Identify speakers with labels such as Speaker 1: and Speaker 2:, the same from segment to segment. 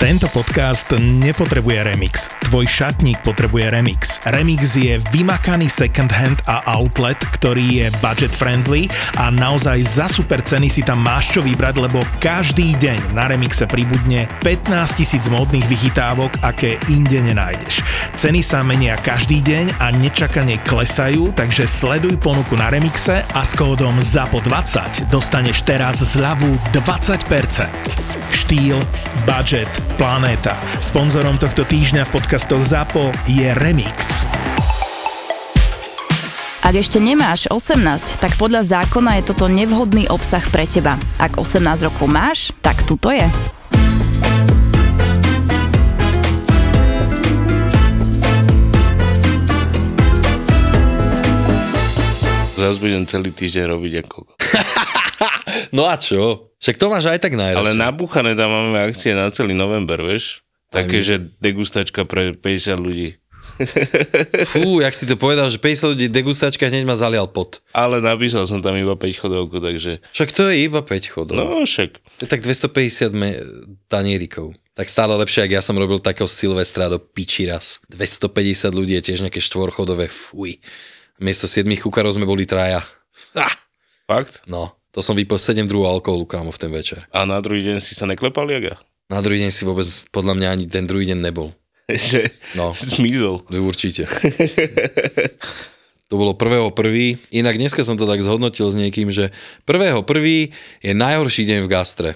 Speaker 1: Tento podcast nepotrebuje remix. Tvoj šatník potrebuje remix. Remix je vymakaný second-hand a outlet, ktorý je budget-friendly a naozaj za super ceny si tam máš čo vybrať, lebo každý deň na remixe pribudne 15 tisíc módnych vychytávok, aké inde nenájdeš. Ceny sa menia každý deň a nečakane klesajú, takže sleduj ponuku na remixe a s kódom ZAPO20 dostaneš teraz zľavu 20%. Štýl, budget, Planéta. Sponzorom tohto týždňa v podcastoch ZAPO je Remix.
Speaker 2: Ak ešte nemáš 18, tak podľa zákona je toto nevhodný obsah pre teba. Ak 18 rokov máš, tak tuto je.
Speaker 3: Zas budem celý týždeň robiť ako...
Speaker 4: No a čo? Však to máš aj tak
Speaker 3: Ale
Speaker 4: najradšej.
Speaker 3: nabúchané tam máme akcie na celý november, vieš? Také, že degustačka pre 50 ľudí.
Speaker 4: Fú, jak si to povedal, že 50 ľudí degustačka hneď ma zalial pot.
Speaker 3: Ale napísal som tam iba 5 chodovku, takže...
Speaker 4: Však to je iba 5 chodov.
Speaker 3: No však,
Speaker 4: To je tak 250 me- tanierikov. Tak stále lepšie, ak ja som robil takého Silvestra do piči raz. 250 ľudí je tiež nejaké štvorchodové, fuj. Miesto 7 kukarov sme boli traja. Ah,
Speaker 3: fakt.
Speaker 4: no, to som vypil 7 druhov alkoholu, kámo, v ten večer.
Speaker 3: A na druhý deň si sa neklepal, jak ja?
Speaker 4: Na druhý deň si vôbec, podľa mňa, ani ten druhý deň nebol.
Speaker 3: Že
Speaker 4: No.
Speaker 3: zmizol.
Speaker 4: No, Určite. To bolo prvého prvý. Inak dneska som to tak zhodnotil s niekým, že prvého prvý je najhorší deň v gastre.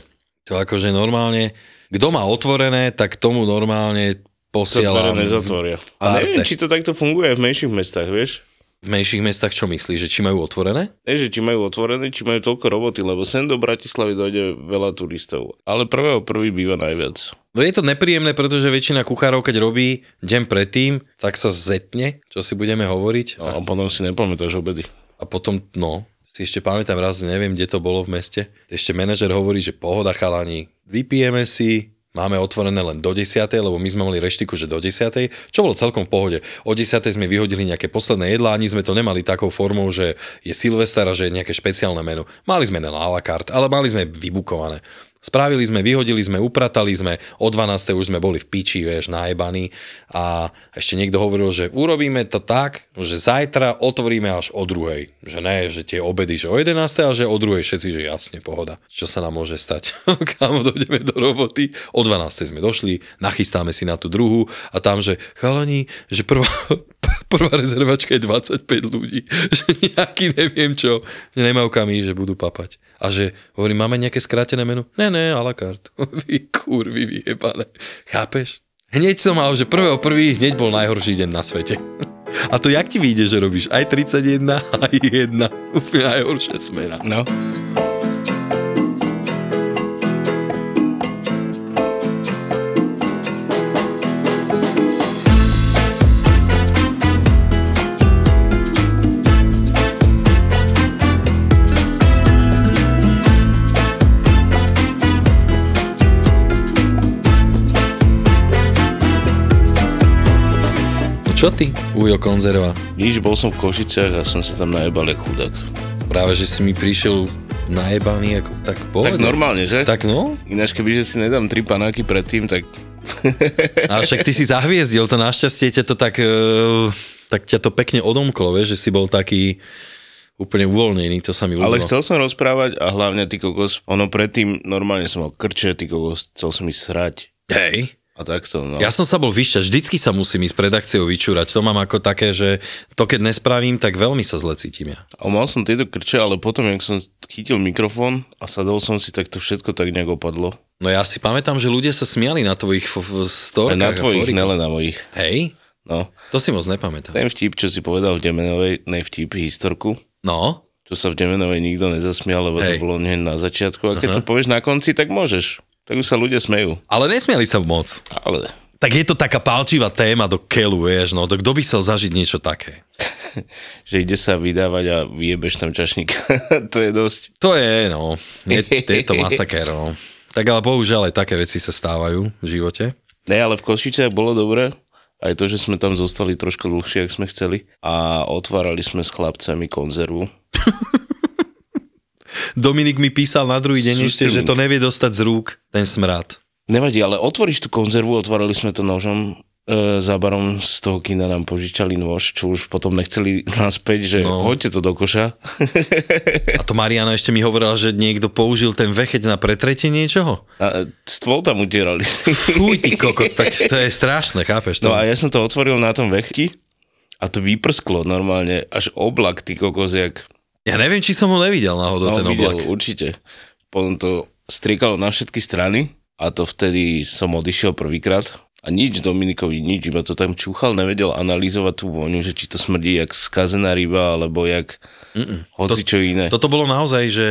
Speaker 4: To akože normálne, kto má otvorené, tak tomu normálne posielam.
Speaker 3: Zatvorené
Speaker 4: V
Speaker 3: zatvoria. A neviem,
Speaker 4: Arte.
Speaker 3: či to takto funguje aj v menších mestách, vieš?
Speaker 4: menších mestách čo myslíš, že či majú otvorené?
Speaker 3: Ne, že či majú otvorené, či majú toľko roboty, lebo sem do Bratislavy dojde veľa turistov. Ale prvého prvý býva najviac.
Speaker 4: No je to nepríjemné, pretože väčšina kuchárov, keď robí deň predtým, tak sa zetne, čo si budeme hovoriť.
Speaker 3: No, a potom si nepamätáš obedy.
Speaker 4: A potom, no, si ešte pamätám raz, neviem, kde to bolo v meste, ešte manažer hovorí, že pohoda chalani, vypijeme si, máme otvorené len do 10, lebo my sme mali reštiku, že do 10, čo bolo celkom v pohode. O 10 sme vyhodili nejaké posledné jedlá, ani sme to nemali takou formou, že je Silvester a že je nejaké špeciálne menu. Mali sme na a la carte, ale mali sme vybukované. Spravili sme, vyhodili sme, upratali sme, o 12. už sme boli v piči, vieš, najebaní a ešte niekto hovoril, že urobíme to tak, že zajtra otvoríme až o druhej. Že ne, že tie obedy, že o 11. a že o druhej všetci, že jasne, pohoda. Čo sa nám môže stať? Kámo, dojdeme do roboty. O 12. sme došli, nachystáme si na tú druhú a tam, že chalani, že prvá, prvá rezervačka je 25 ľudí, že nejaký neviem čo, že nemajú kam ísť, že budú papať. A že, hovorím, máme nejaké skrátené menu? Ne, ne, a la carte. Vy kurvy vyjebané. Chápeš? Hneď som mal, že prvého prvý, hneď bol najhorší deň na svete. A to jak ti vyjde, že robíš aj 31, aj 1. Úplne najhoršia smena.
Speaker 3: No.
Speaker 4: No čo ty, ujo konzerva?
Speaker 3: Nič, bol som v Košiciach a som sa tam najebal jak chudák.
Speaker 4: Práve, že si mi prišiel najebaný, ako, tak povedal.
Speaker 3: Tak normálne, že?
Speaker 4: Tak no,
Speaker 3: Ináč, kebyže si nedám tri panáky predtým, tak
Speaker 4: a však ty si zahviezdil, to našťastie ťa to tak, e, tak ťa to pekne odomklo, vieš, že si bol taký úplne uvoľnený, to sa mi ľúbilo.
Speaker 3: Ale chcel som rozprávať a hlavne ty kokos, ono predtým normálne som mal krče, ty kokos, chcel som ísť srať
Speaker 4: Hej.
Speaker 3: a takto, no.
Speaker 4: Ja som sa bol vyšťať, vždycky sa musím ísť pred akciou vyčúrať. To mám ako také, že to keď nespravím, tak veľmi sa zle cítim ja.
Speaker 3: A mal som tieto krče, ale potom, jak som chytil mikrofón a sadol som si, tak to všetko tak nejak opadlo.
Speaker 4: No ja si pamätám, že ľudia sa smiali na tvojich f- f-
Speaker 3: Aj
Speaker 4: storkách.
Speaker 3: na
Speaker 4: a
Speaker 3: tvojich, no.
Speaker 4: fórikách.
Speaker 3: nelen na mojich.
Speaker 4: Hej,
Speaker 3: No.
Speaker 4: to si moc nepamätám.
Speaker 3: Ten vtip, čo si povedal v Demenovej, ne vtip, historku,
Speaker 4: No,
Speaker 3: čo sa v Demenovej nikto nezasmial, lebo
Speaker 4: Hej.
Speaker 3: to bolo hneď na začiatku. A keď to povieš na konci, tak môžeš. Tak už sa ľudia smejú.
Speaker 4: ale nesmiali sa moc.
Speaker 3: Ale
Speaker 4: Tak je to taká palčivá téma do keľu, vieš, no to kto by chcel zažiť niečo také?
Speaker 3: že ide sa vydávať a vyjebeš tam čašníka. to je dosť.
Speaker 4: To je, no, je, je to masakér, no. Tak ale bohužiaľ aj také veci sa stávajú v živote.
Speaker 3: Ne, ale v Košiciach bolo dobré. Aj to, že sme tam zostali trošku dlhšie, ak sme chceli. A otvárali sme s chlapcami konzervu.
Speaker 4: Dominik mi písal na druhý deň
Speaker 3: Sú
Speaker 4: ešte,
Speaker 3: streaming.
Speaker 4: že to nevie dostať z rúk, ten smrad.
Speaker 3: Nevadí, ale otvoríš tú konzervu, otvárali sme to nožom, e, za barom z toho kina nám požičali nôž, čo už potom nechceli naspäť, že no. hoďte to do koša.
Speaker 4: A to Mariana ešte mi hovorila, že niekto použil ten vecheť na pretretie niečoho.
Speaker 3: A e, stôl tam utierali.
Speaker 4: Fuj, ty kokos, tak to je strašné, chápeš to?
Speaker 3: No a ja som to otvoril na tom vechti a to vyprsklo normálne, až oblak, ty kokos, jak...
Speaker 4: Ja neviem, či som ho nevidel náhodou, no, ten
Speaker 3: videl,
Speaker 4: oblak.
Speaker 3: určite. Potom to strikalo na všetky strany a to vtedy som odišiel prvýkrát a nič Dominikovi, nič, iba to tam čúchal, nevedel analyzovať tú vôňu, že či to smrdí jak skazená ryba, alebo jak Mm-mm. hoci čo iné.
Speaker 4: Toto bolo naozaj, že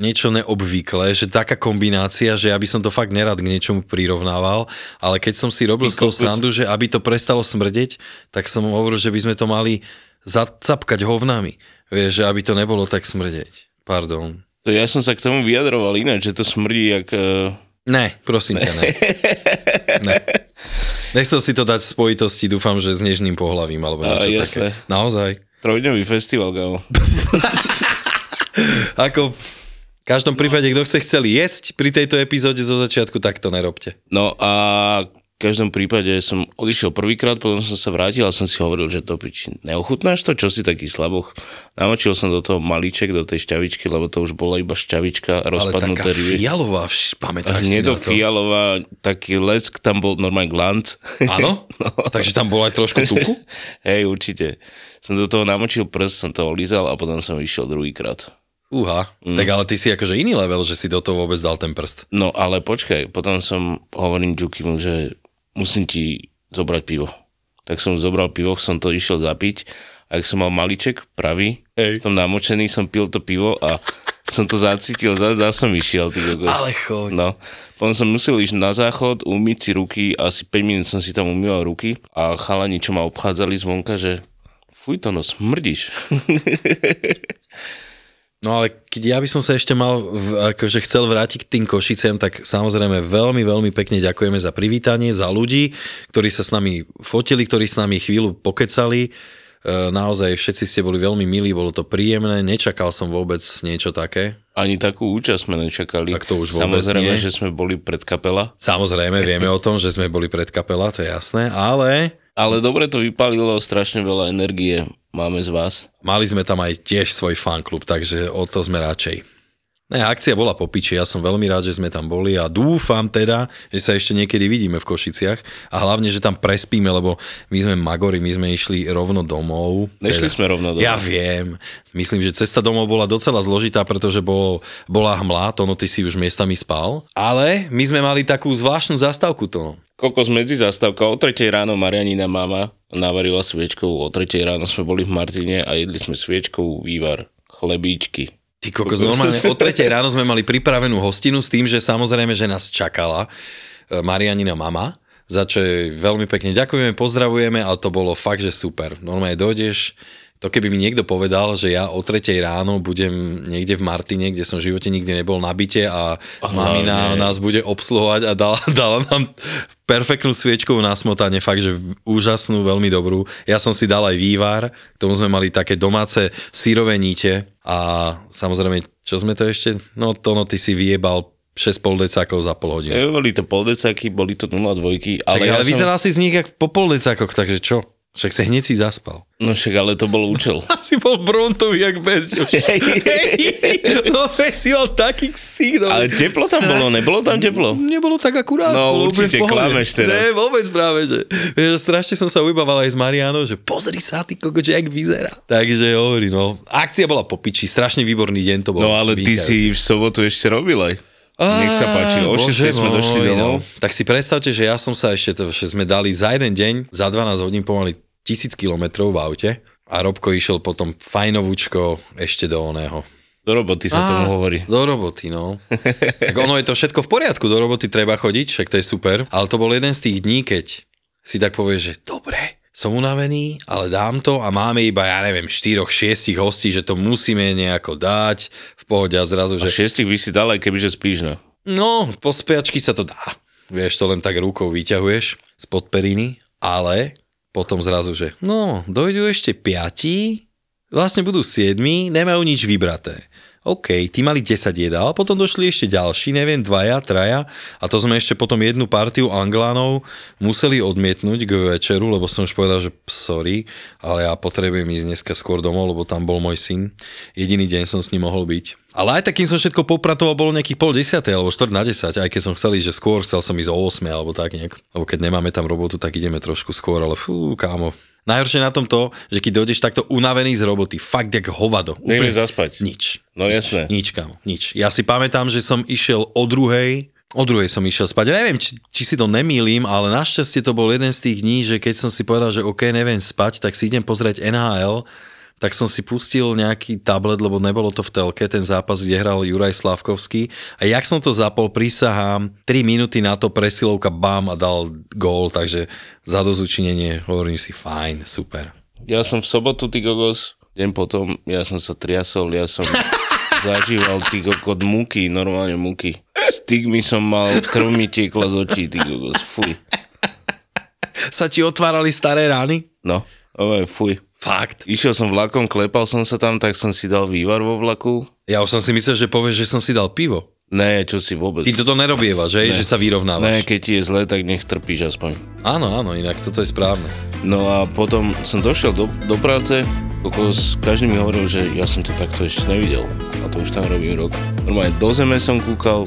Speaker 4: niečo neobvyklé, že taká kombinácia, že ja by som to fakt nerad k niečomu prirovnával, ale keď som si
Speaker 3: Ty
Speaker 4: robil z toho
Speaker 3: kokos.
Speaker 4: srandu, že aby to prestalo smrdeť, tak som hovoril, že by sme to mali zacapkať hovnami. Vieš, že aby to nebolo tak smrdeť. Pardon.
Speaker 3: To ja som sa k tomu vyjadroval ináč, že to smrdí jak... e,
Speaker 4: Ne, prosím ťa, ne. ne. Nechcel si to dať v spojitosti, dúfam, že s nežným pohlavím, alebo
Speaker 3: Á,
Speaker 4: niečo
Speaker 3: jasné.
Speaker 4: také. Naozaj.
Speaker 3: Trojdňový festival, kámo.
Speaker 4: Ako v každom
Speaker 3: No.
Speaker 4: prípade, kto chce chcel jesť pri tejto epizóde zo začiatku, tak to nerobte.
Speaker 3: No a v každom prípade som odišiel prvýkrát, potom som sa vrátil a som si hovoril, že to piči, neochutnáš to, čo si taký slaboch. Namočil som do toho malíček, do tej šťavičky, lebo to už bola iba šťavička,
Speaker 4: Ale taká
Speaker 3: rozpadnuté ryby.
Speaker 4: fialová, vš- pamätáš si na to?
Speaker 3: Hnedofialová, taký lesk, tam bol normálne glanc.
Speaker 4: Áno? Takže tam bolo aj trošku tuku?
Speaker 3: Hej, určite. Som do toho namočil prst, som to olízal a potom som išiel druhýkrát.
Speaker 4: Uha, tak ale ty si akože iný level, že si do toho vôbec dal ten prst.
Speaker 3: No ale počkaj, potom som hovorím Džukimu, že musím ti zobrať pivo. Tak som zobral pivo, som to išiel zapiť a ak som mal maliček pravý,
Speaker 4: Hej.
Speaker 3: v tom namočený som pil to pivo a som to zacítil, zás, zás som išiel. Ty kokos.
Speaker 4: Ale choď.
Speaker 3: No, potom som musel ísť na záchod, umyť si ruky, asi 5 minút som si tam umýval ruky a chalani, čo ma obchádzali zvonka, že fuj to no, smrdíš.
Speaker 4: No ale keď ja by som sa ešte mal, v, akože chcel vrátiť k tým Košicem, tak samozrejme veľmi, veľmi pekne ďakujeme za privítanie, za ľudí, ktorí sa s nami fotili, ktorí s nami chvíľu pokecali. E, Naozaj všetci ste boli veľmi milí, bolo to príjemné, nečakal som vôbec niečo také.
Speaker 3: Ani takú účasť sme nečakali.
Speaker 4: Tak to už vôbec
Speaker 3: Samozrejme,
Speaker 4: nie.
Speaker 3: že sme boli pred kapela.
Speaker 4: Samozrejme, vieme o tom, že sme boli pred kapela, to je jasné, ale
Speaker 3: Ale dobre to vypálilo, strašne veľa energie máme z vás.
Speaker 4: mali sme tam aj tiež svoj fanklub, takže o to sme radšej. Ne, akcia bola po piči, ja som veľmi rád, že sme tam boli a dúfam teda, že sa ešte niekedy vidíme v Košiciach a hlavne, že tam prespíme, lebo my sme magori, my sme išli rovno domov.
Speaker 3: Nešli sme rovno domov.
Speaker 4: Teda, Ja viem. Myslím, že cesta domov bola docela zložitá, pretože bol, bola hmla, to no ty si už miestami spal, ale my sme mali takú zvláštnu zastávku to.
Speaker 3: Kokos medzi zastávka, o 3 ráno Marianina mama navarila sviečkou, o 3 ráno sme boli v Martine a jedli sme sviečkou vývar, chlebíčky.
Speaker 4: Ty kokos, normálne o tretej ráno sme mali pripravenú hostinu s tým, že samozrejme, že nás čakala e, Marianina mama, za čo jej veľmi pekne ďakujeme, pozdravujeme a to bolo fakt, že super. Normálne dojdeš, to keby mi niekto povedal, že ja o tretej ráno budem niekde v Martine, kde som v živote nikdy nebol na byte a mamina
Speaker 3: hlavne-
Speaker 4: nás bude obsluhovať a dala, dala nám perfektnú sviečku na smotanie, fakt, že úžasnú, veľmi dobrú. Ja som si dal aj vývar, k tomu sme mali také domáce sírové níte a samozrejme, čo sme to ešte? No Tono, ty si vyjebal 6 poldecákov za pol hodiny.
Speaker 3: E, boli to poldecaky, boli to 02, ale,
Speaker 4: Ale,
Speaker 3: ja
Speaker 4: ale
Speaker 3: som...
Speaker 4: vyzeral si z nich jak po poldecákoch, takže čo? Však si hneď si zaspal.
Speaker 3: No však, ale to bol účel.
Speaker 4: Si bol brontový, jak bez Hej, no veď si mal taký ksík. no.
Speaker 3: Ale teplo tam
Speaker 4: Stra-
Speaker 3: bolo, nebolo tam teplo?
Speaker 4: Nebolo tak akurát.
Speaker 3: No,
Speaker 4: bolo úplne
Speaker 3: určite,
Speaker 4: v pohode.
Speaker 3: klameš teraz.
Speaker 4: Ne, vôbec práve, že, vieš, že strašne som sa ujbával aj s Marianou, že pozri sa, ty koko, že jak vyzerá. Takže hovorí, no, akcia bola po piči, strašne výborný deň to bol.
Speaker 3: No ale ty si v sobotu ešte robil aj. Nech sa páči, o 6 sme došli domov.
Speaker 4: no. Tak si predstavte, že ja som sa ešte, to, že sme dali za jeden deň, za 12 hodín pomaly 1000 kilometrov v aute a Robko išiel potom fajnovúčko ešte do oného.
Speaker 3: Do roboty sa tomu
Speaker 4: Á,
Speaker 3: hovorí.
Speaker 4: Do roboty, no. tak ono je to všetko v poriadku, do roboty treba chodiť, však to je super. Ale to bol jeden z tých dní, keď si tak povieš, že dobre, som unavený, ale dám to a máme iba, ja neviem, 4-6 hostí, že to musíme nejako dať v pohode a zrazu,
Speaker 3: A
Speaker 4: že
Speaker 3: šiestich by si dal, aj kebyže spíš, no.
Speaker 4: no, po spiačky sa to dá. Vieš, to len tak rukou vyťahuješ spod periny, ale potom zrazu, že no, dojdú ešte piati, vlastne budú siedmi, nemajú nič vybraté. OK, tí mali 10 jedál, potom došli ešte ďalší, neviem, dvaja, traja a to sme ešte potom jednu partiu Anglánov museli odmietnúť k večeru, lebo som už povedal, že sorry, ale ja potrebujem ísť dneska skôr domov, lebo tam bol môj syn. Jediný deň som s ním mohol byť. Ale aj takým som všetko popratoval, bolo nejakých pol desiatej alebo štvrt na desať, aj keď som chcel ísť, že skôr chcel som ísť o 8 alebo tak nejak. Lebo keď nemáme tam robotu, tak ideme trošku skôr, ale fú, kámo. Najhoršie na tom to, že keď dojdeš takto unavený z roboty, fakt jak hovado.
Speaker 3: Nejde zaspať.
Speaker 4: Nič.
Speaker 3: No jasné.
Speaker 4: Nič, kámo, nič. Ja si pamätám, že som išiel o druhej, o druhej som išiel spať. Ja neviem, či, či si to nemýlim, ale našťastie to bol jeden z tých dní, že keď som si povedal, že OK, neviem spať, tak si idem pozrieť NHL, tak som si pustil nejaký tablet, lebo nebolo to v telke, ten zápas, kde hral Juraj Slavkovský. A jak som to zapol, prísahám, 3 minúty na to presilovka, bam a dal gól, takže za dozučinenie hovorím si, fajn, super.
Speaker 3: Ja som v sobotu, ty kokos, deň potom, ja som sa triasol, ja som zažíval ty kokot múky, normálne múky. Stigmy som mal, krv mi tiekla z očí, ty kokos, fuj.
Speaker 4: Sa ti otvárali staré rány?
Speaker 3: No, ale fuj.
Speaker 4: Fakt.
Speaker 3: Išiel som vlakom, klepal som sa tam, tak som si dal vývar vo vlaku.
Speaker 4: Ja už som si myslel, že povieš, že som si dal pivo.
Speaker 3: Ne, čo si vôbec.
Speaker 4: Ty toto nerobieva, že? Ne. Že sa
Speaker 3: Ne,
Speaker 4: vyrovnávaš.
Speaker 3: keď ti je zle, tak nech trpíš aspoň.
Speaker 4: Áno, áno, inak toto je správne.
Speaker 3: No a potom som došiel do, do práce, kokos, každý mi hovoril, že ja som to takto ešte nevidel. A to už tam robím rok. Normálne do zeme som kúkal,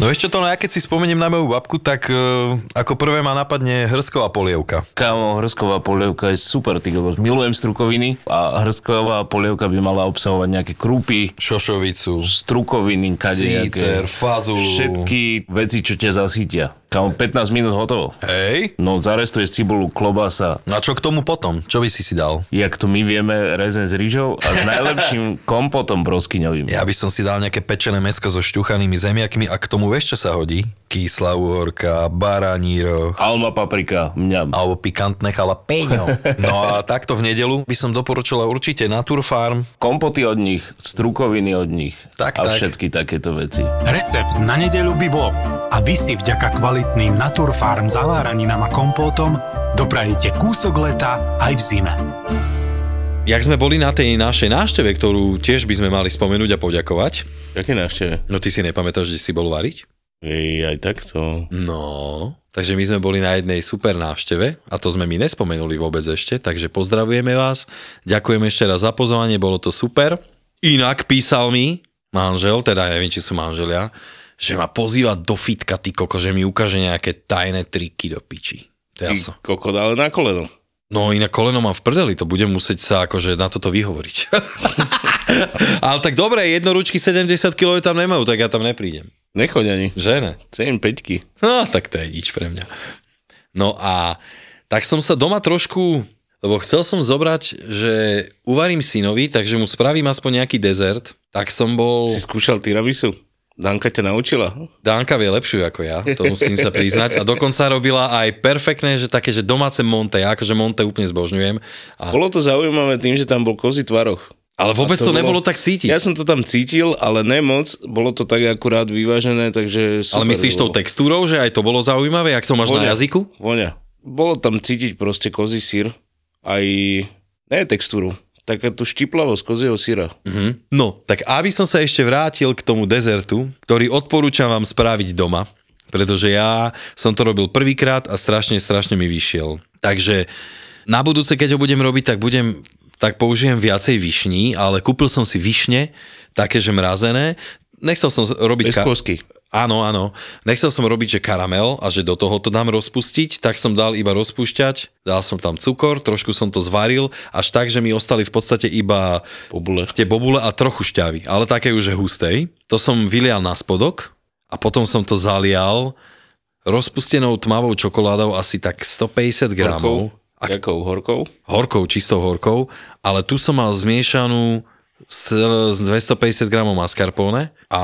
Speaker 4: No ešte to, no ja keď si spomeniem na moju babku, tak uh, ako prvé ma napadne hrsková polievka.
Speaker 5: Kámo, hrstková polievka je super, ty kokos. Milujem strukoviny a hrstková polievka by mala obsahovať nejaké krúpy,
Speaker 4: Šošovicu,
Speaker 5: strukoviny, kadejaké.
Speaker 4: sícer, fazu.
Speaker 5: Všetky veci, čo ťa zasytia. Kámo, 15 minút hotovo.
Speaker 4: Hej?
Speaker 5: No, zarestuješ cibulu, klobasa,
Speaker 4: No a čo k tomu potom? Čo by si si dal?
Speaker 5: jak to my vieme, rezen s rýžou a s najlepším kompotom broskyňovým.
Speaker 4: Ja by som si dal nejaké pečené mesko so šťuchanými zemiakmi a k tomu vieš, čo sa hodí? Kyslá uhorka, baraníroch,
Speaker 5: Alma paprika, mňam.
Speaker 4: alebo pikantné chalapeňo. No a takto v nedelu by som doporučila určite Naturfarm.
Speaker 5: Kompoty od nich, strukoviny od nich
Speaker 4: Tak,
Speaker 5: a
Speaker 4: tak.
Speaker 5: všetky takéto veci.
Speaker 6: Recept na nedeľu by bol a vy si vďaka kvalitným Naturfarm zaváraninám a kompótom doprajíte kúsok leta aj v zime.
Speaker 4: Jak sme boli na tej našej návšteve, ktorú tiež by sme mali spomenúť a poďakovať,
Speaker 3: Aké návšteve?
Speaker 4: no ty si nepamätáš, že si bol variť?
Speaker 3: Ej, aj takto.
Speaker 4: No, takže my sme boli na jednej super návšteve a to sme my nespomenuli vôbec ešte, takže pozdravujeme vás, ďakujem ešte raz za pozvanie, bolo to super. Inak písal mi manžel, teda neviem, či sú manželia, že ma pozýva do fitka, ty koko, že mi ukáže nejaké tajné triky do piči. To
Speaker 3: Ty
Speaker 4: ja som.
Speaker 3: kokot, ale na koleno.
Speaker 4: No inak koleno mám v prdeli, to budem musieť sa akože na toto vyhovoriť. Ale tak dobre, jednoručky 70 kg tam nemajú, tak ja tam neprídem.
Speaker 3: Nechoď ani.
Speaker 4: Že ne?
Speaker 3: Cením peťky.
Speaker 4: No, tak to je nič pre mňa. No a tak som sa doma trošku, lebo chcel som zobrať, že uvarím synovi, takže mu spravím aspoň nejaký dezert. Tak som bol...
Speaker 3: Si skúšal tiramisu? Danka ťa naučila?
Speaker 4: Dánka vie lepšiu ako ja, to musím sa priznať. A dokonca robila aj perfektné, že také, že domáce monte. Ja akože monte úplne zbožňujem. A,
Speaker 3: Bolo to zaujímavé tým, že tam bol kozí tvaroch.
Speaker 4: ale vôbec
Speaker 3: A
Speaker 4: to, to nebolo tak cítiť.
Speaker 3: Ja som to tam cítil, ale nemoc. Bolo to tak akurát vyvážené, takže super.
Speaker 4: ale myslíš
Speaker 3: to
Speaker 4: tou
Speaker 3: bolo.
Speaker 4: textúrou, že aj to bolo zaujímavé, ak to máš na
Speaker 3: Voňa.
Speaker 4: jazyku?
Speaker 3: Voňa. Bolo tam cítiť proste kozí sír. Aj, ne textúru, taká tu štiplavosť kozieho síra.
Speaker 4: No, tak aby som sa ešte vrátil k tomu dezertu, ktorý odporúčam vám spraviť doma, pretože ja som to robil prvýkrát a strašne, strašne mi vyšiel. Takže na budúce, keď ho budem robiť, tak budem tak použijem viacej višní, ale kúpil som si višne, také, že mrazené. Nechcel som z- robiť...
Speaker 3: Bez kosky.
Speaker 4: Áno, áno. Nechcel som robiť, že karamel a že do toho to dám rozpustiť, tak som dal iba rozpúšťať, dal som tam cukor, trošku som to zvaril, až tak, že mi ostali v podstate iba
Speaker 3: Pobule.
Speaker 4: tie bobule a trochu šťavy, ale také už že hustej. To som vylial na spodok a potom som to zalial rozpustenou tmavou čokoládou asi tak 150 gramov.
Speaker 3: A... Jakou horkou?
Speaker 4: Horkou, čistou horkou, ale tu som mal zmiešanú s, s 250 gramov mascarpone a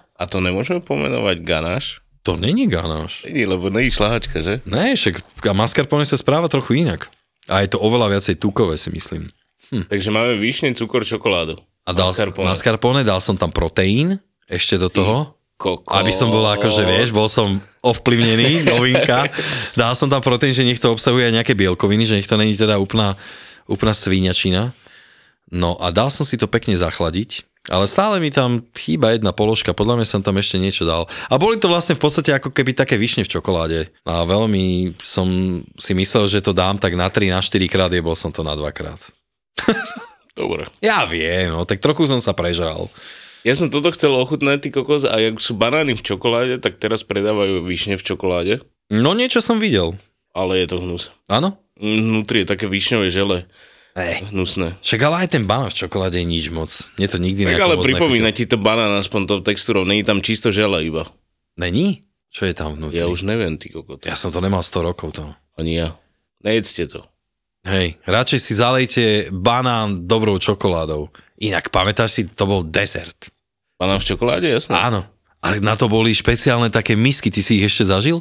Speaker 3: A to nemôžeme pomenovať ganáš?
Speaker 4: to není ganáš.
Speaker 3: Není, lebo není šlahačka, že?
Speaker 4: Ne, však a mascarpone sa správa trochu inak. A je to oveľa viacej tukové, si myslím.
Speaker 3: Hm. Takže máme výšne, cukor, čokoládu.
Speaker 4: A dal mascarpone. mascarpone, dal som tam proteín ešte do toho.
Speaker 3: Koko.
Speaker 4: Aby som bol akože, vieš, bol som ovplyvnený, novinka. Dal som tam proteín, že nech to obsahuje aj nejaké bielkoviny, že nech to není teda úplná, úplná svíňačina. No a dal som si to pekne zachladiť, ale stále mi tam chýba jedna položka, podľa mňa som tam ešte niečo dal. A boli to vlastne v podstate ako keby také višne v čokoláde. A veľmi som si myslel, že to dám tak na 3, na 4 krát, jebol som to na 2 krát.
Speaker 3: Dobre.
Speaker 4: Ja viem, no tak trochu som sa prežral.
Speaker 3: Ja som toto chcel ochutnať, ty kokos, a jak sú banány v čokoláde, tak teraz predávajú výšne v čokoláde,
Speaker 4: No niečo som videl,
Speaker 3: ale je to hnus. Mm,
Speaker 4: áno?
Speaker 3: Vnútri je také výšňové žele,
Speaker 4: Ej.
Speaker 3: hnusné.
Speaker 4: Však ale aj ten banán v čokoláde je nič moc. Mne to nikdy
Speaker 3: Tak
Speaker 4: nejako
Speaker 3: ale
Speaker 4: moc
Speaker 3: pripomína
Speaker 4: nechutilo.
Speaker 3: ti to banán aspoň tou textúrou, není tam čisto žele iba.
Speaker 4: Není? Čo je tam vnútri?
Speaker 3: Ja už neviem, ty kokot.
Speaker 4: ja som to nemal 100 rokov to.
Speaker 3: Ani ja. Nejedzte to.
Speaker 4: Hej, radšej si zalejte banán dobrou čokoládou. Inak pamätáš si, to bol desert.
Speaker 3: Banán v čokoláde, jasné.
Speaker 4: Áno. A na to boli špeciálne také misky, ty si ich ešte zažil?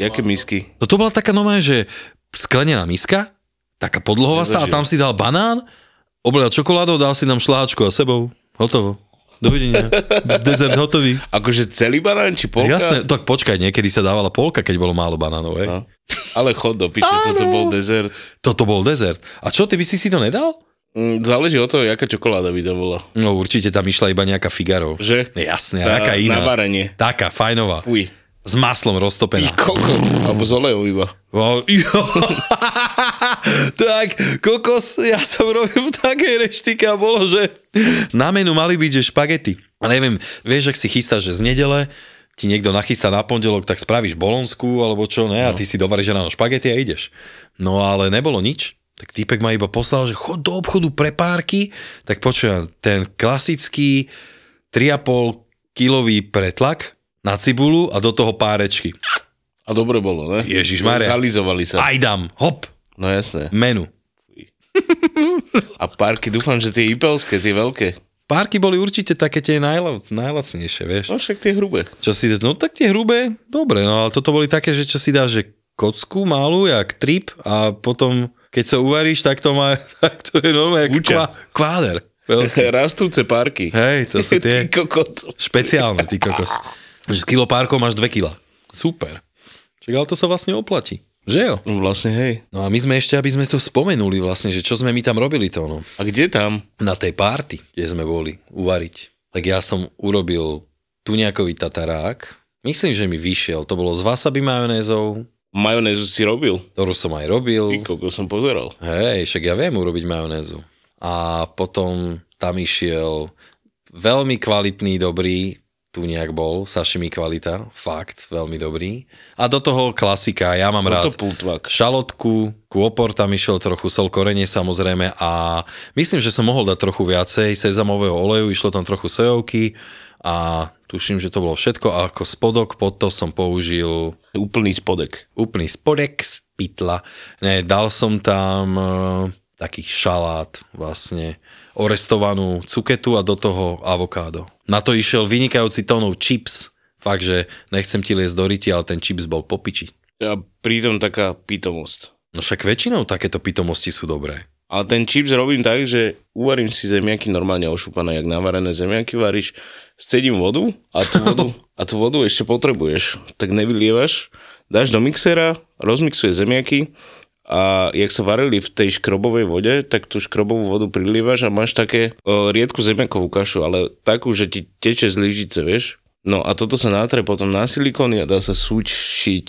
Speaker 3: Jaké misky?
Speaker 4: No to bola taká normálne, že sklenená miska, taká podlohovastá a
Speaker 3: Nezažil.
Speaker 4: tam si dal banán, oblial čokoládou, dal si nám šláčku a sebou. Hotovo. Dovidenia. Dezert hotový.
Speaker 3: Akože celý banán či polka?
Speaker 4: No Jasné, tak počkaj, niekedy sa dávala polka, keď bolo málo banánov. Hej.
Speaker 3: No. Ale chod do piče, toto bol dezert.
Speaker 4: Toto bol dezert. A čo, ty by si si to nedal?
Speaker 3: Mm, Záleží od toho, jaká čokoláda by to bola.
Speaker 4: No určite tam išla iba nejaká Figaro.
Speaker 3: Že?
Speaker 4: Jasné,
Speaker 3: Tá
Speaker 4: a taká iná.
Speaker 3: na varenie.
Speaker 4: Taká, fajnová.
Speaker 3: Uj.
Speaker 4: S maslom
Speaker 3: Ty
Speaker 4: roztopená.
Speaker 3: koko. Alebo z olejov iba.
Speaker 4: Wow, jo. tak, kokos, ja som robil v takej reštike a bolo, že na menu mali byť, že špagety. A neviem, vieš, ak si chystáš, že z nedele ti niekto nachystá na pondelok, tak spravíš bolonskú alebo čo, ne, a ty si dovaríš ráno špagety a ideš. No ale nebolo nič. Tak týpek ma iba poslal, že chod do obchodu pre párky, tak počujem, ten klasický 3,5 kilový pretlak na cibulu a do toho párečky.
Speaker 3: A dobre bolo, ne?
Speaker 4: Ježišmarja.
Speaker 3: Zalizovali sa.
Speaker 4: Aj dám, hop,
Speaker 3: No jasné.
Speaker 4: menu.
Speaker 3: A parky, dúfam, že tie ipelské, tie veľké.
Speaker 4: Párky boli určite také tie najla- najlacnejšie, vieš.
Speaker 3: No však tie hrubé.
Speaker 4: Čo si, no tak tie hrubé, dobre, no ale toto boli také, že čo si dáš, že kocku malú, jak trip a potom, keď sa uvaríš, tak to má, tak to je normálne jak
Speaker 3: Kúča.
Speaker 4: kvá, kváder. Veľký.
Speaker 3: Rastúce parky.
Speaker 4: Hej, to sú tie
Speaker 3: Ty kokot.
Speaker 4: špeciálne, ty kokos. Že s kilo párkov máš 2 kila. Super. Čak, ale to sa vlastne oplatí. Že jo?
Speaker 3: No vlastne, hej.
Speaker 4: No a my sme ešte, aby sme to spomenuli vlastne, že čo sme my tam robili to, no.
Speaker 3: A kde tam?
Speaker 4: na tej párty, kde sme boli uvariť, tak ja som urobil tuniakový tatarák. Myslím, že mi vyšiel. To bolo s wasabi majonézou,
Speaker 3: Majonézu si robil.
Speaker 4: ktorú som
Speaker 3: Ty
Speaker 4: aj robil.
Speaker 3: kokot som pozeral.
Speaker 4: Hej, však ja viem urobiť majonézu. A potom tam išiel veľmi kvalitný, dobrý tuniak bol, sashimi kvalita, fakt, veľmi dobrý. A do toho klasika, ja mám
Speaker 3: No
Speaker 4: rád
Speaker 3: To pultvak.
Speaker 4: šalotku, kôpor tam išiel trochu, sol korenie samozrejme a myslím, že som mohol dať trochu viacej sezamového oleju, išlo tam trochu sojovky a tuším, že to bolo všetko a ako spodok pod to som použil
Speaker 3: Úplný spodek.
Speaker 4: úplný spodek z pytla. Ne, dal som tam e, taký šalát vlastne, orestovanú cuketu a do toho avokádo. Na to išiel vynikajúci tónov chips. Fakt, že nechcem ti liesť do ryti, ale ten chips bol popiči.
Speaker 3: A pritom taká pitomosť.
Speaker 4: No však väčšinou takéto pitomosti sú dobré.
Speaker 3: Ale ten čips robím tak, že uvarím si zemiaky normálne ošúpané, jak navarené zemiaky varíš, scedím vodu a tú vodu, a tú vodu ešte potrebuješ. Tak nevylievaš, dáš do mixera, rozmixuje zemiaky a jak sa varili v tej škrobovej vode, tak tú škrobovú vodu prilievaš a máš také o, riedku zemiakovú kašu, ale takú, že ti teče z lyžice, vieš? No a toto sa nátre potom na silikóny a dá sa súčiť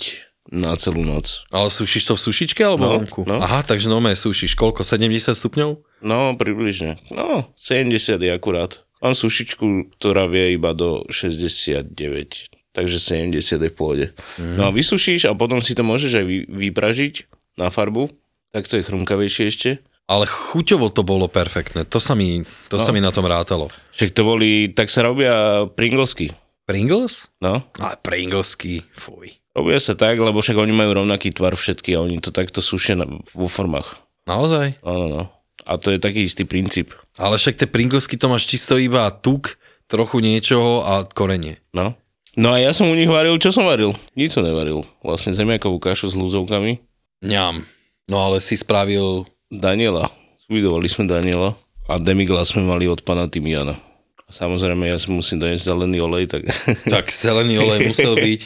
Speaker 3: na celú noc.
Speaker 4: Ale sušíš to v sušičke alebo
Speaker 3: No,
Speaker 4: vonku?
Speaker 3: no.
Speaker 4: Aha, takže nome sušíš koľko? 70 stupňov?
Speaker 3: No, približne. No, 70 je akurát. Mám sušičku, ktorá vie iba do 69, takže 70 je v pôde. Mm. No a vysušíš a potom si to môžeš aj vy, vypražiť na farbu, tak to je chrumkavejšie ešte.
Speaker 4: Ale chuťovo to bolo perfektné. To sa mi, to no. sa mi na tom rátalo.
Speaker 3: Však to boli, tak sa robia pringlesky,
Speaker 4: Pringles?
Speaker 3: no.
Speaker 4: Ale Pringlesky, fuj.
Speaker 3: Robia sa tak, lebo však oni majú rovnaký tvar všetky a oni to takto sušia na, vo formách.
Speaker 4: Naozaj?
Speaker 3: No, no, no. A to je taký istý princíp,
Speaker 4: Ale však tie Pringlesky to máš čisto iba tuk, trochu niečoho a korenie.
Speaker 3: no. No a ja som u nich varil, čo som varil? Nič som nevaril. Vlastne zemiakovú kašu s lúzovkami.
Speaker 4: Ňam. No ale si spravil
Speaker 3: Daniela. Uvidovali sme Daniela a demiglas sme mali od pana Timiana. A Samozrejme, ja si musím doniesť zelený olej, tak
Speaker 4: Tak zelený olej musel byť.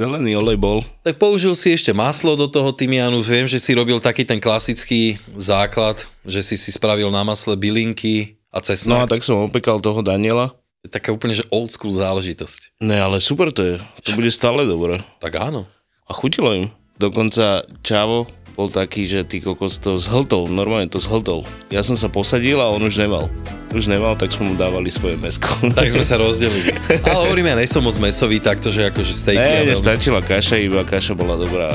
Speaker 3: zelený olej bol.
Speaker 4: Tak použil si ešte maslo do toho tymiánu. Viem, že si robil taký ten klasický základ, že si si spravil na masle bylinky
Speaker 3: No a
Speaker 4: a cesnak. No, tak...
Speaker 3: tak som opekal toho Daniela.
Speaker 4: Taká úplne, že old school záležitosť.
Speaker 3: Ne, ale super to je. To bude stále dobré.
Speaker 4: Tak áno.
Speaker 3: A chutilo im. Dokonca Čavo bol taký, že ty kokos to zhltol, normálne to zhltol. Ja som sa posadil a on už nemal. Už nemal, tak sme mu dávali svoje mesko.
Speaker 4: Tak sme sa rozdelili. Ale hovorím, ja nejsom moc mesový, takto, že akože stejky. a
Speaker 3: Ne,
Speaker 4: veľmi-
Speaker 3: mne stačila kaša, iba kaša bola dobrá.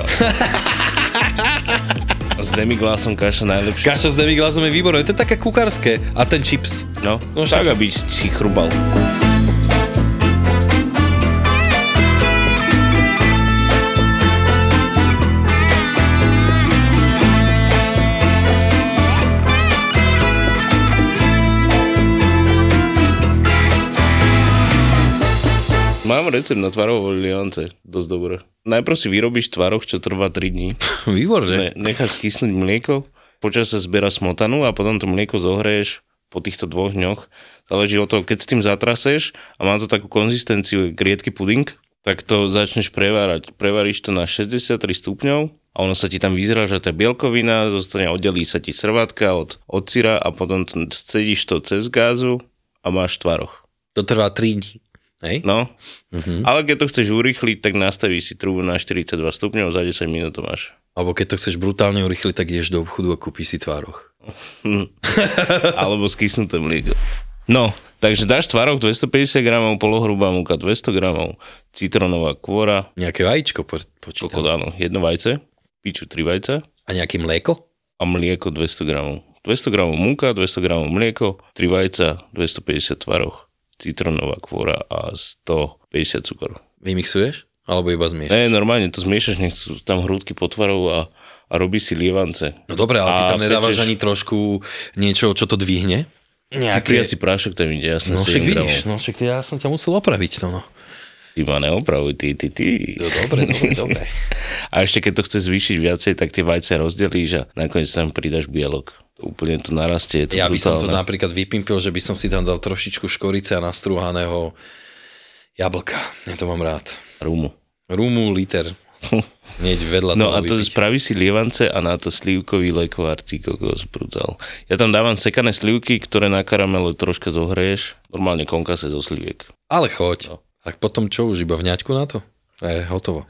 Speaker 3: A s demiglásom kaša najlepšia.
Speaker 4: Kaša s demiglásom je výborné, to je také kuchárske. A ten chips.
Speaker 3: No,
Speaker 4: No,
Speaker 3: tak aby si chrubal. Mám recept na tvarovo liance, dosť dobré. Najprv si vyrobíš tvaroch, čo trvá 3 dní.
Speaker 4: Výborné.
Speaker 3: Ne, necháš skysnúť mlieko, počas sa zbiera smotanu a potom to mlieko zohreješ po týchto dvoch dňoch. Záleží od toho, keď s tým zatraseš a má to takú konzistenciu griedky puding, tak to začneš prevárať. Prevaríš to na 63 stupňov a ono sa ti tam vyzráža tá bielkovina, zostane, oddelí sa ti srvátka od, od syra a potom to, scedíš to cez gázu a máš tvaroch.
Speaker 4: To trvá 3 dní. Hej?
Speaker 3: No, mm-hmm. ale keď to chceš urýchliť, tak nastavíš si trubu na 42 stupňov, za 10 minút to máš.
Speaker 4: Alebo keď to chceš brutálne urychliť, tak ideš do obchodu a kúpiš si tvároch.
Speaker 3: alebo skysnuté mlieko. No, takže dáš tvarok 250 gramov, polohrubá múka 200 gramov, citronová kôra,
Speaker 4: Nejaké vajíčko po,
Speaker 3: kokot,
Speaker 4: počítam.
Speaker 3: áno, jedno vajce, piču 3 vajca
Speaker 4: A nejaké mlieko?
Speaker 3: a mlieko 200 gramov. 200 gramov múka, 200 gramov mlieko, 3 vajca, 250 tvaroch, citronová kôra a 150 cukor.
Speaker 4: Vymixuješ? Alebo iba zmieš?
Speaker 3: Ne, normálne to zmiešaš, nech sú tam hrúdky potvarov a, a robí si lievance.
Speaker 4: No dobre, ale ty
Speaker 3: A
Speaker 4: tam nedávaš
Speaker 3: pečeš-
Speaker 4: ani trošku niečo, čo to dvihne?
Speaker 3: Kypriaci prášok tam ide, jasne
Speaker 4: No však
Speaker 3: 7 gramov.
Speaker 4: vidíš, no však ty- ja som ťa musel opraviť, no no.
Speaker 3: Ty ma neopravuj, ty, ty, ty.
Speaker 4: No dobre, dobre, dobre.
Speaker 3: A ešte keď to chce zvýšiť viacej, tak tie vajce rozdelíš a nakoniec tam pridaš bielok. To úplne to narastie. Je to
Speaker 4: Ja by som to
Speaker 3: brutálne.
Speaker 4: napríklad vypimpil, že by som si tam dal trošičku škorice a nastrúhaného jablka. Ja to mám rád.
Speaker 3: Rumu.
Speaker 4: Rumu, liter. Hneď vedľa
Speaker 3: No
Speaker 4: toho
Speaker 3: a to
Speaker 4: vypiť.
Speaker 3: spraví si lievance a na to slivkový lekvár, ty kokos, brutál. Ja tam dávam sekané slivky, ktoré na karamele troška zohreješ. Normálne konkase zo sliviek.
Speaker 4: Ale
Speaker 3: No.
Speaker 4: choď. A potom čo už, iba vňaťku na to? E, hotovo.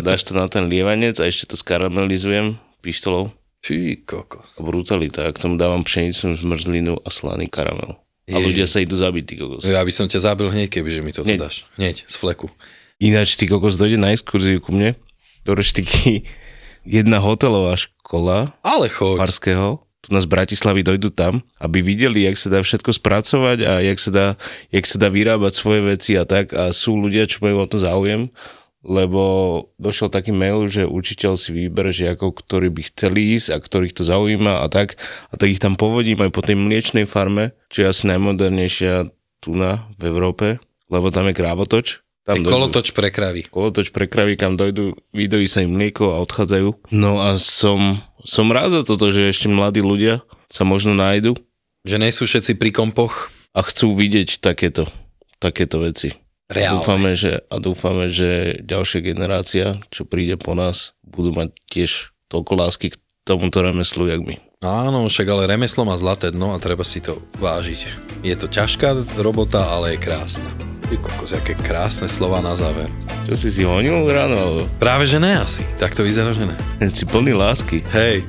Speaker 3: Dáš to na ten lievanec a ešte to skaramelizujem pištolou.
Speaker 4: Či koko.
Speaker 3: A brutalita. A k tomu dávam pšeničnú zmrzlinu a slaný karamel. A
Speaker 4: Ježiš.
Speaker 3: ľudia sa idú zabiť, ty kokos.
Speaker 4: No ja by som ťa zabil hneď, kebyže mi to
Speaker 3: Hneď.
Speaker 4: dáš. Hneď, z fleku.
Speaker 3: Ináč, ty kokos, dojde na exkurziu ku mne do Reštiky jedna hotelová škola
Speaker 4: Ale choď.
Speaker 3: Farského. Tu nás z Bratislavy dojdu tam, aby videli, jak sa dá všetko spracovať a jak sa dá, jak sa dá vyrábať svoje veci a tak. A sú ľudia, čo majú o to záujem, lebo došiel taký mail, že učiteľ si vyber žiakov, ktorí by chceli ísť a ktorých to zaujíma a tak. A tak ich tam povodím aj po tej mliečnej farme, čo je asi najmodernejšia tuna v Európe, lebo tam je krávotoč. Tam
Speaker 4: Tam
Speaker 3: dojdu-
Speaker 4: kolotoč pre kravy.
Speaker 3: kolotoč pre kravy, kam dojdú, vydojí sa im mlieko a odchádzajú. No a som, som rád za toto, že ešte mladí ľudia sa možno nájdu
Speaker 4: Že nie sú všetci pri kompoch.
Speaker 3: a chcú vidieť takéto, takéto veci. A
Speaker 4: Reálne.
Speaker 3: dúfame, že, a dúfame, že ďalšia generácia, čo príde po nás, budú mať tiež toľko lásky k tomuto remeslu, jak my.
Speaker 4: Áno, však ale remeslo má zlaté dno a treba si to vážiť. Je to ťažká robota, ale je krásna. Ty kokos, aké krásne slova na záver.
Speaker 3: Čo si si honil ráno? alebo
Speaker 4: Práve že ne asi, tak to vyzerá, že ne.
Speaker 3: Si plný lásky.
Speaker 4: Hej.